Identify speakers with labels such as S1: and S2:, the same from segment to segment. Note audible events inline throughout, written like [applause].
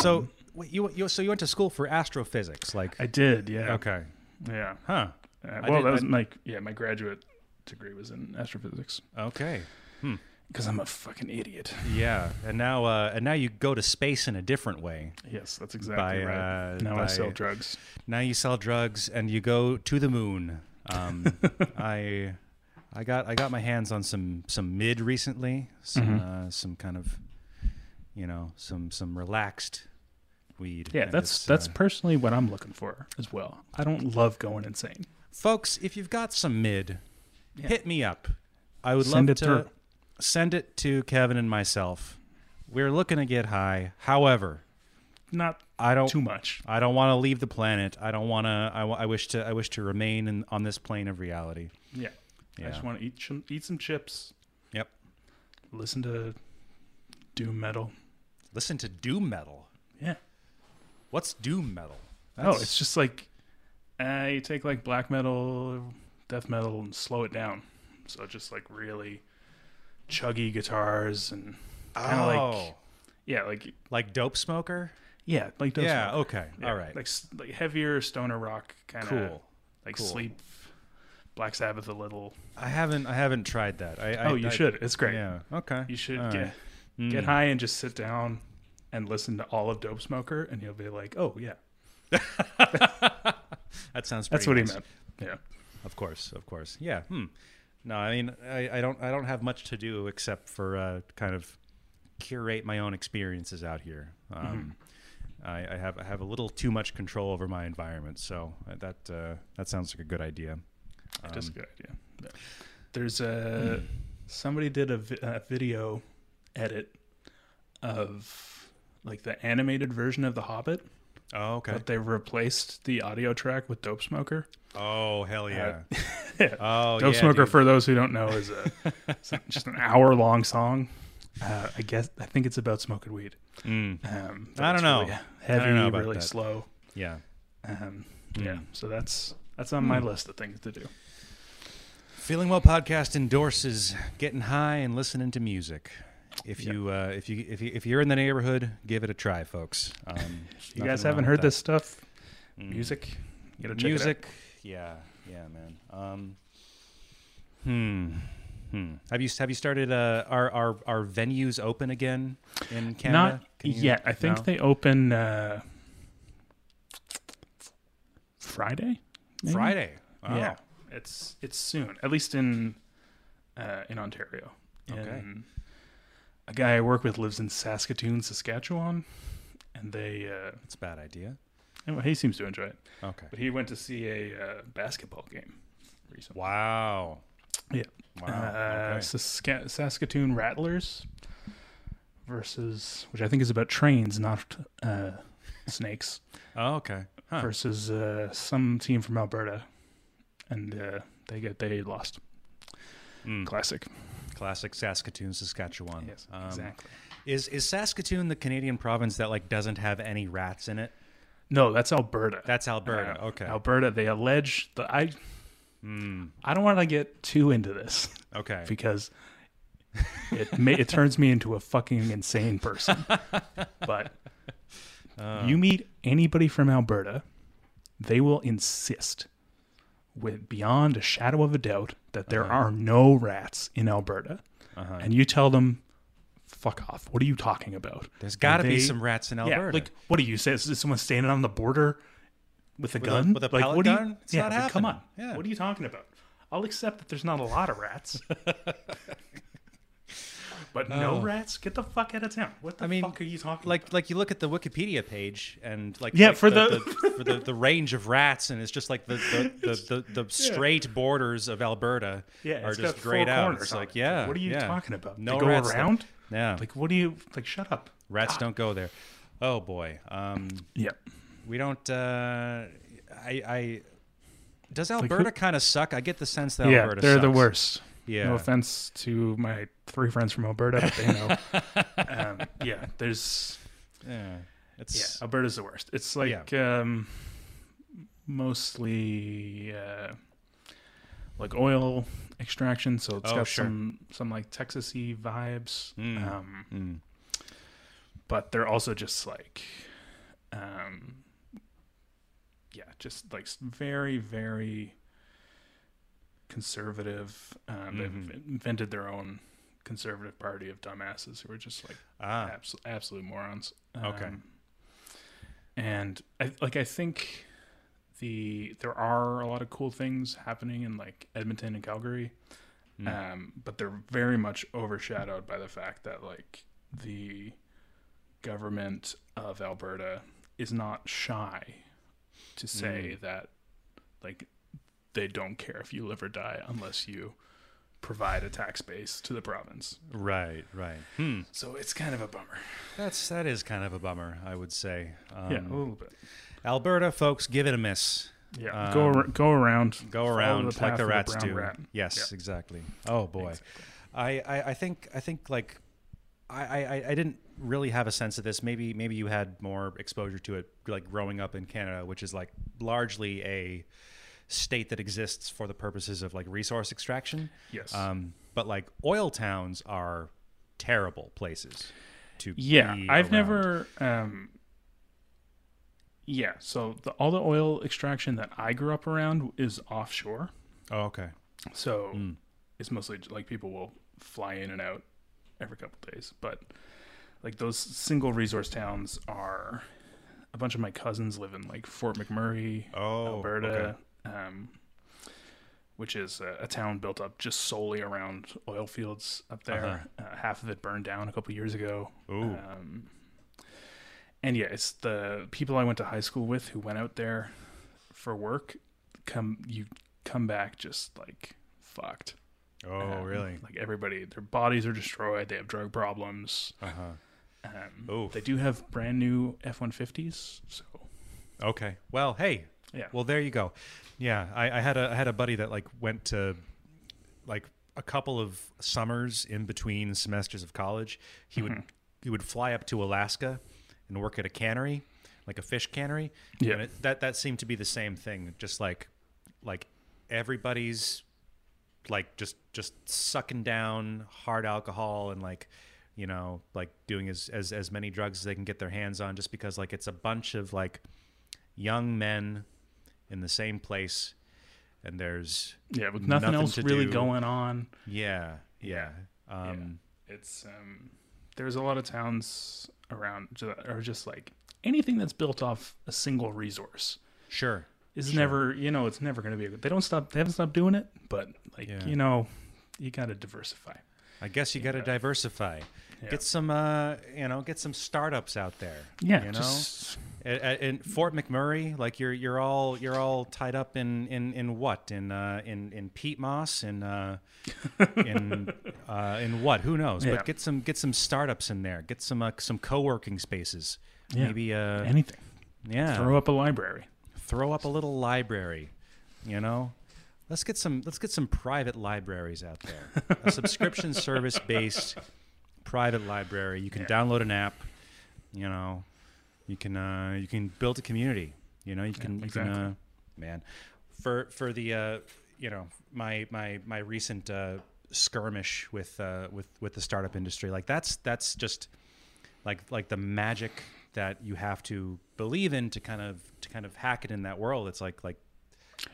S1: so wait, you, you so you went to school for astrophysics, like
S2: I did, yeah.
S1: okay,
S2: Yeah.
S1: huh?
S2: Uh,
S1: I
S2: well,
S1: did-
S2: that
S1: I-
S2: was my yeah my graduate degree was in astrophysics
S1: Okay,
S2: because I'm a fucking idiot. [laughs]
S1: yeah, and now uh, and now you go to space in a different way.
S2: Yes, that's exactly
S1: By,
S2: right.
S1: uh,
S2: now I
S1: by-
S2: sell
S1: [laughs]
S2: drugs. [laughs]
S1: Now you sell drugs and you go to the moon.
S2: [laughs]
S1: Um, I I got I got my hands on some some mid recently, some
S2: Mm-hmm.
S1: uh, some kind of you know some some relaxed weed.
S2: Yeah,
S1: And
S2: that's
S1: it's,
S2: that's
S1: uh,
S2: personally what I'm looking for as well. I don't love going insane.
S1: folks. If you've got some mid,
S2: Yeah.
S1: hit me up. I would
S2: Send
S1: love
S2: it
S1: to
S2: through.
S1: send it to Kevin and myself. We're looking to get high. However,
S2: Not
S1: I don't
S2: too much.
S1: I don't want to leave the planet. I don't want to. I, wa- I wish to. I wish to remain in, on this plane of reality.
S2: Yeah. I
S1: Yeah.
S2: just want to eat some eat some chips,
S1: Yep.
S2: listen to doom metal.
S1: Listen to doom metal.
S2: Yeah.
S1: What's doom metal?
S2: Oh, it's just like uh, you take like black metal, death metal, and slow it down. So just like really chuggy guitars and kind of like yeah, like
S1: Oh. like dope smoker.
S2: yeah, like those
S1: yeah.
S2: kind of-
S1: Okay.
S2: yeah,
S1: All right.
S2: like s- like heavier stoner rock kind of
S1: cool.
S2: like
S1: cool.
S2: sleep, Black Sabbath a little.
S1: I haven't. I haven't tried that. I, I,
S2: oh, you
S1: I-
S2: should. It's great.
S1: Yeah. Okay.
S2: You should
S1: All
S2: get
S1: right. Mm.
S2: get high and just sit down and listen to all of Dope Smoker, and you'll be like, oh yeah,
S1: That sounds.
S2: that's what
S1: pretty
S2: he
S1: nice.
S2: meant. Yeah.
S1: Of course. Of course. Yeah. Hmm. No, I mean, I, I don't. I don't have much to do except for uh, kind of curate my own experiences out here. Um, I, I have I have a little too much control over my environment, so that uh, that sounds like a good idea. Um,
S2: That is a good idea. Yeah. There's
S1: hmm.
S2: a somebody did a, vi- a video edit of like the animated version of The Hobbit,
S1: Oh, okay.
S2: but they replaced the audio track with Dope Smoker.
S1: Oh hell [laughs] yeah! Oh,
S2: Dope
S1: yeah,
S2: Smoker,
S1: dude.
S2: for those who don't know,
S1: [laughs]
S2: is a it's like just an hour long song. Uh, I guess I think it's about smoking weed.
S1: Mm,
S2: Um,
S1: I
S2: but
S1: don't
S2: it's
S1: know.
S2: really
S1: I don't
S2: heavy,
S1: know about
S2: really
S1: that.
S2: slow.
S1: yeah. Hmm.
S2: Um, Yeah, so that's that's on my list of things to do.
S1: Feeling Well podcast endorses getting high and listening to music. If you uh, if you if you if you're in the neighborhood, give it a try, folks. Um,
S2: [laughs] You guys haven't heard this stuff? Music, you gotta check it out.
S1: Mm. Hmm. music? Yeah, yeah, man. Um, hmm. Hmm. Have you have you started? Uh, are are are venues open again in Canada?
S2: Not
S1: Can you-
S2: yet. I think
S1: no?
S2: they open uh, Friday. maybe?
S1: Friday. Wow.
S2: Yeah, it's it's soon. At least in uh, in Ontario.
S1: Okay.
S2: And a guy I work with lives in Saskatoon, Saskatchewan, and they uh,
S1: that's a bad idea.
S2: anyway, he seems to enjoy it.
S1: Okay.
S2: But he went to see a uh, basketball game recently.
S1: Wow.
S2: Yeah.
S1: Wow.
S2: Uh,
S1: okay.
S2: Saska- Saskatoon Rattlers versus, which I think is about trains, not uh, snakes,
S1: Oh, okay. Huh.
S2: versus uh, some team from Alberta, and uh, they get they lost.
S1: Mm.
S2: Classic.
S1: Classic Saskatoon, Saskatchewan.
S2: Yes,
S1: Um,
S2: exactly.
S1: Is is Saskatoon the Canadian province that like doesn't have any rats in it?
S2: No, that's Alberta.
S1: That's Alberta.
S2: Uh,
S1: okay.
S2: Alberta. They allege the I.
S1: Mm,
S2: I don't want to get too into this
S1: okay.
S2: because it may, it turns me into a fucking insane person. But
S1: Uh.
S2: you meet anybody from Alberta, they will insist with beyond a shadow of a doubt that there are no rats in Alberta.
S1: Uh-huh.
S2: And you tell them, "Fuck off! What are you talking about?"
S1: There's got to
S2: And
S1: be
S2: they-
S1: some rats in Alberta.
S2: Yeah, like what do you say? Is someone standing on the border with a
S1: a-
S2: gun?
S1: with a
S2: like,
S1: pellet
S2: what do you-
S1: gun? It's
S2: yeah,
S1: not
S2: like, come on.
S1: happening. Yeah.
S2: What are you talking about? I'll accept that there's not a lot
S1: [laughs]
S2: of rats, but no rats. Get the fuck out of town. What the
S1: Oh. I mean,
S2: fuck are you talking?
S1: like like you look at the Wikipedia page and like
S2: Yeah,
S1: like
S2: for
S1: the,
S2: the-
S1: the- for the, the range of rats and it's just like the [laughs] the, the, the, the straight borders of Alberta
S2: Yeah,
S1: are
S2: it's
S1: just
S2: got four
S1: grayed out.
S2: corners
S1: It's
S2: on
S1: like
S2: it.
S1: yeah,
S2: What are you
S1: yeah.
S2: talking about?
S1: No
S2: They go
S1: rats that-
S2: around?
S1: yeah,
S2: Like, what do you like? Shut up. Ah.
S1: rats don't go there. Oh boy, um,
S2: Yeah.
S1: we don't. Uh, I, I does Alberta kind of suck? I get the sense that
S2: yeah,
S1: Alberta
S2: they're the
S1: sucks.
S2: worst.
S1: Yeah.
S2: No offense to my three friends from Alberta, but they know.
S1: [laughs]
S2: um, yeah, there's
S1: Yeah,
S2: yeah,
S1: it's
S2: Alberta's the worst. It's like um, mostly uh, like oil extraction, so it's
S1: Oh,
S2: got
S1: sure.
S2: some some like Texasy vibes. Um,
S1: mm.
S2: but they're also just like Um, yeah, just like s- very, very conservative. Um,
S1: Mhm.
S2: They've in- invented their own conservative party of dumbasses who are just like
S1: Ah,
S2: abso- absolute morons.
S1: Okay.
S2: Um, And I, like I think the there are a lot of cool things happening in like Edmonton and Calgary,
S1: Mm.
S2: um, but they're very much overshadowed by the fact that like the government of Alberta is not shy to say that like they don't care if you live or die unless you provide a tax base to the province.
S1: right, right. Hmm.
S2: So it's kind of a bummer.
S1: That's that is kind of a bummer, I would say. Um,
S2: yeah, a little bit.
S1: Alberta folks, give it a miss.
S2: Yeah,
S1: Um,
S2: go ar- go around.
S1: Go
S2: Follow
S1: around
S2: the
S1: like
S2: path
S1: the
S2: of the
S1: rats
S2: brown
S1: do.
S2: rat.
S1: Yes,
S2: Yeah.
S1: exactly. Oh boy,
S2: Exactly.
S1: I, I I think I think like. I, I, I- I didn't really have a sense of this. Maybe maybe you had more exposure to it, like growing up in Canada, which is like largely a state that exists for the purposes of like resource extraction.
S2: Yes.
S1: Um, but like oil towns are terrible places to
S2: yeah,
S1: be around.
S2: I've never. Um, yeah, so the, all the oil extraction that I grew up around is offshore.
S1: Oh, okay.
S2: So
S1: Mm.
S2: it's mostly j- like people will fly in and out every couple days, but like those single resource towns are. A bunch of my cousins live in like Fort McMurray,
S1: Oh,
S2: Alberta, um, which is a, a town built up just solely around oil fields up there. uh half of it burned down a couple years ago.
S1: Uh-huh. Ooh.
S2: Um, and yeah, it's the people I went to high school with who went out there for work. Come you come back just like fucked.
S1: Oh,
S2: Um,
S1: really?
S2: Like everybody, their bodies are destroyed. They have drug problems.
S1: Uh huh.
S2: Um,
S1: Oof.
S2: They do have brand new F one fifties. So
S1: Okay. Well, hey.
S2: Yeah.
S1: Well, there you go. Yeah, I, I had a I had a buddy that like went to like a couple of summers in between semesters of college. He would
S2: Mm-hmm.
S1: he would fly up to Alaska and work at a cannery, like a fish cannery.
S2: Yeah.
S1: And it, that that seemed to be the same thing. Just like like everybody's like just just sucking down hard alcohol and like you know like doing as as as many drugs as they can get their hands on just because like it's a bunch of like young men in the same place and there's
S2: yeah, with nothing,
S1: Nothing
S2: else
S1: to
S2: really
S1: do.
S2: going on.
S1: yeah yeah um
S2: It's um, there's a lot of towns around ju- that are just like anything that's built off a single resource
S1: sure
S2: is
S1: Sure.
S2: never you know it's never going to be a good. They don't stop. They haven't stopped doing it, but like
S1: Yeah.
S2: you know, you got to diversify.
S1: i guess you got to
S2: Yeah.
S1: diversify
S2: Yeah.
S1: get some uh you know get some startups out there
S2: yeah,
S1: you know
S2: just
S1: At, at, in Fort McMurray, like you're you're all you're all tied up in in, in what in uh, in in peat moss in
S2: [laughs]
S1: uh, in uh, in what? Who knows?
S2: Yeah.
S1: But get some get some startups in there. Get some uh, some co working spaces.
S2: Yeah.
S1: Maybe uh,
S2: anything.
S1: yeah. Throw,
S2: Throw up a library.
S1: up a little library. You know, let's get some let's get some private libraries out there. a
S2: [laughs]
S1: subscription service based private library. You can
S2: Yeah.
S1: download an app. You know, you can uh, you can build a community. You know, you can you can
S2: exactly.
S1: uh, man for for the uh, you know my my my recent uh, skirmish with uh, with with the startup industry. Like that's that's just like like the magic that you have to believe in to kind of to kind of hack it in that world. It's like like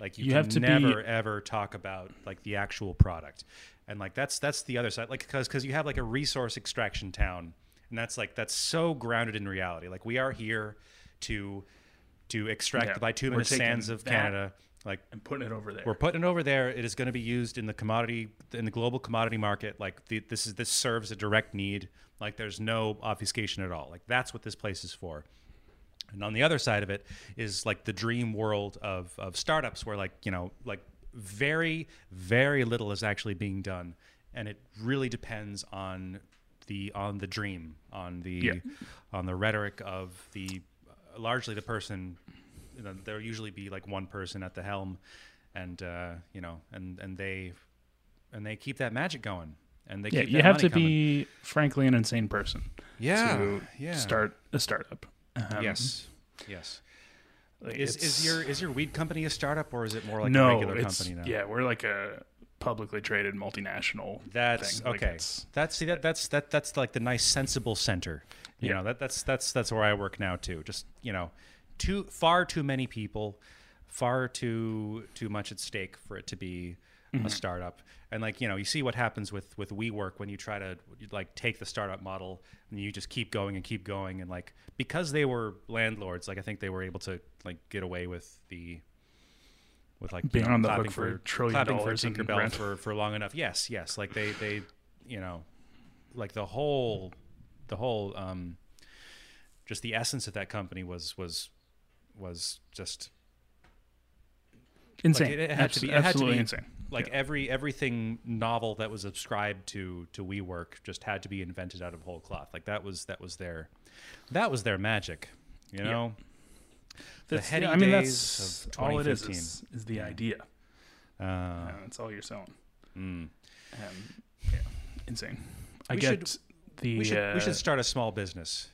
S1: like you,
S2: You
S1: can
S2: have to be-
S1: never ever talk about like the actual product and like that's that's the other side like because because you have like a resource extraction town and that's like that's so grounded in reality like we are here to to extract
S2: Yeah.
S1: the bituminous
S2: We're taking
S1: sands of
S2: that-
S1: canada like
S2: And putting it over there.
S1: we're putting it over there it is going to be used in the commodity in the global commodity market like the, this is this serves a direct need like there's no obfuscation at all like that's what this place is for and on the other side of it is like the dream world of, of startups where like, you know, like very, very little is actually being done. And it really depends on the on the dream, on the
S2: Yeah.
S1: on the rhetoric of the largely the person you know, there'll usually be like one person at the helm and uh, you know, and and they and they keep that magic going. And they
S2: yeah,
S1: keep
S2: you
S1: that
S2: have
S1: money
S2: to
S1: coming.
S2: be frankly an insane person
S1: yeah,
S2: to
S1: yeah.
S2: start a startup. Um,
S1: yes. Yes.
S2: like,
S1: Is,
S2: it's-
S1: is your is your weed company a startup or is it more like a regular
S2: it's-
S1: company now?
S2: Yeah, we're like a publicly traded multinational.
S1: That's
S2: thing. Like,
S1: okay.
S2: it's-
S1: that's see that that's that that's like the nice sensible center. You
S2: Yeah.
S1: know that that's that's that's where I work now too. Just you know, too far too many people, far too too much at stake for it to be
S2: Mm-hmm.
S1: a startup. And like you know, you see what happens with with WeWork when you try to like take the startup model and you just keep going and keep going and like because they were landlords, like I think they were able to like get away with the with like you
S2: Being
S1: know,
S2: on the
S1: clapping
S2: hook for trillion
S1: clapping
S2: dollars
S1: for
S2: in
S1: Tinkerbell
S2: rent.
S1: for for long enough. Yes, yes. Like they they you know like the whole the whole um just the essence of that company was was was just
S2: insane.
S1: it- it had
S2: Abs-
S1: to be- it had to
S2: absolutely
S1: be-
S2: insane.
S1: like every everything novel that was ascribed to to WeWork just had to be invented out of whole cloth. Like that was that was their that was their magic, you know. The
S2: That's-
S1: heady
S2: I mean,
S1: days
S2: that's
S1: of
S2: all it is
S1: 2015.
S2: is, is the idea.
S1: Uh,
S2: Uh, that's all you're selling.
S1: Uh-huh. mm.
S2: Um, yeah, insane. I
S1: We
S2: get
S1: should-
S2: the.
S1: We should we
S2: uh,
S1: should start a small business.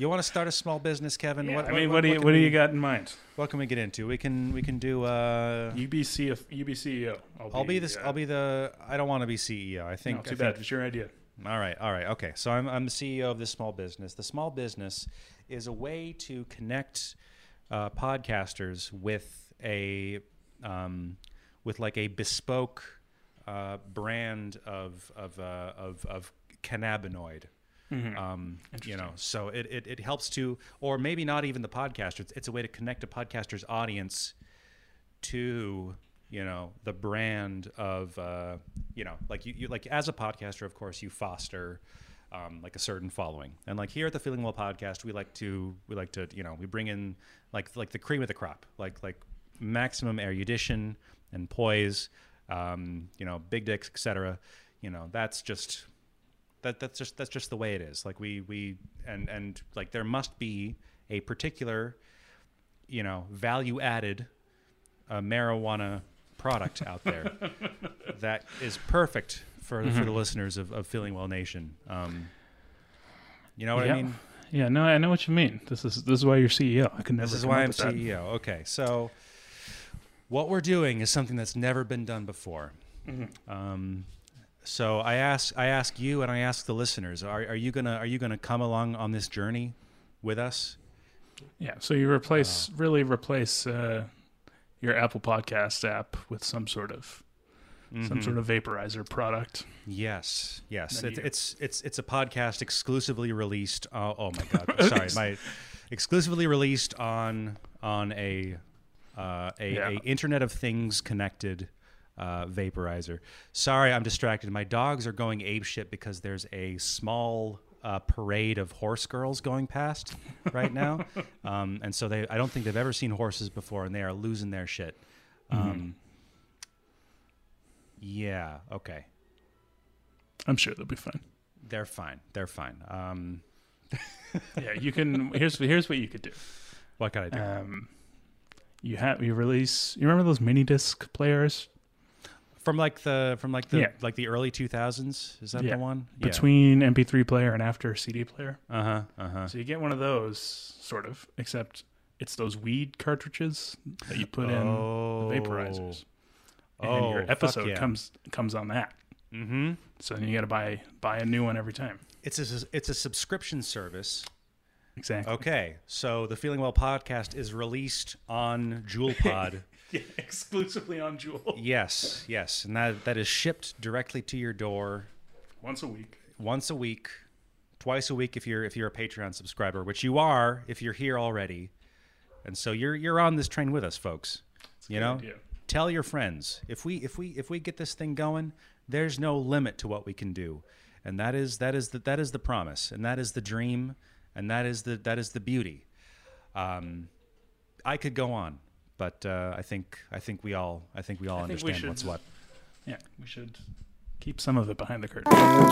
S1: You want to start a small business, Kevin?
S2: yeah, I mean, what, do you
S1: can
S2: what, do
S1: we-
S2: you got
S1: [laughs]
S2: in mind?
S1: What can we get into? We can we can do. Uh,
S2: You be CF, you be CEO.
S1: I'll be this.
S2: uh,
S1: I'll be the. I don't want to be CEO. I think.
S2: no,
S1: I
S2: too
S1: think-
S2: bad. It's your idea.
S1: all right. All right. Okay. So I'm I'm the CEO of this small business. The small business is a way to connect uh, podcasters with a um, with like a bespoke uh, brand of of uh, of of cannabinoid.
S2: Mm-hmm.
S1: Um, you know, so it, it, it helps to, or maybe not even the podcaster. It's, it's a way to connect a podcaster's audience to, you know, the brand of, uh, you know, like you, you, like as a podcaster, of course, you foster, um, like a certain following. And like here at the Feeling Well podcast, we like to, we like to, you know, we bring in like, like the cream of the crop, like, like maximum erudition and poise, um, you know, big dicks, et cetera. You know, that's just that that's just that's just the way it is like we we and and like there must be a particular you know value added uh, marijuana product out there that is perfect for for the listeners of, of feeling well nation um you know what
S2: Yeah.
S1: i mean
S2: Yeah, no, I know what you mean. This is this is why you're CEO. I could never.
S1: this is
S2: come
S1: why
S2: up
S1: i'm
S2: with that.
S1: ceo okay so what we're doing is something that's never been done before
S2: Mm-hmm.
S1: Um, so I ask, I ask you, and I ask the listeners: Are, are you gonna, are you gonna come along on this journey with us?
S2: Yeah, so you
S1: Oh.
S2: replace really replace uh, your Apple Podcast app with some sort of
S1: Mm-hmm.
S2: some sort of vaporizer product.
S1: Yes, yes.
S2: Then
S1: It's,
S2: you-
S1: it's it's it's a podcast exclusively released. Uh, oh my
S2: [laughs]
S1: god! Sorry, my exclusively released on on a uh, a,
S2: Yeah.
S1: a Internet of Things connected uh, vaporizer. Sorry, I'm distracted. My dogs are going apeshit because there's a small uh, parade of horse girls going past right
S2: [laughs]
S1: now, um, and so they I don't think they've ever seen horses before, and they are losing their shit.
S2: Mm-hmm.
S1: Um, Yeah. Okay.
S2: I'm sure they'll be fine.
S1: They're fine. They're fine. Um,
S2: Yeah, you can. [laughs] here's here's what you could do.
S1: what can I do?
S2: Um, you have you release. You remember those mini disc players
S1: from like the from like the
S2: yeah.
S1: like the early two thousands? Is that
S2: Yeah.
S1: the one?
S2: between MP3 player and after CD player?
S1: Uh huh. Uh huh.
S2: So you get one of those, sort of, except it's those weed cartridges that you put
S1: Oh.
S2: in the vaporizers, and
S1: Oh,
S2: your
S1: fuck
S2: episode
S1: yeah.
S2: comes comes on that.
S1: Mm-hmm.
S2: So then you got to buy buy a new one every time.
S1: It's a it's a subscription service.
S2: Exactly.
S1: Okay, so the Feeling Well podcast is released on
S2: [laughs]
S1: JewelPod.
S2: [laughs] Yeah, exclusively on Jewel.
S1: yes, yes, and that that is shipped directly to your door
S2: Once a week.
S1: once a week, twice a week if you're if you're a Patreon subscriber, which you are if you're here already. And so you're you're on this train with us, folks. you know,
S2: idea.
S1: tell your friends. If we if we if we get this thing going, there's no limit to what we can do, and that is that is the, that is the promise, and that is the dream, and that is the that is the beauty. Um, I could go on, but uh, I think I think we all I think we all
S2: think we
S1: understand
S2: should
S1: what's what.
S2: Yeah, we should keep some of it behind the curtain.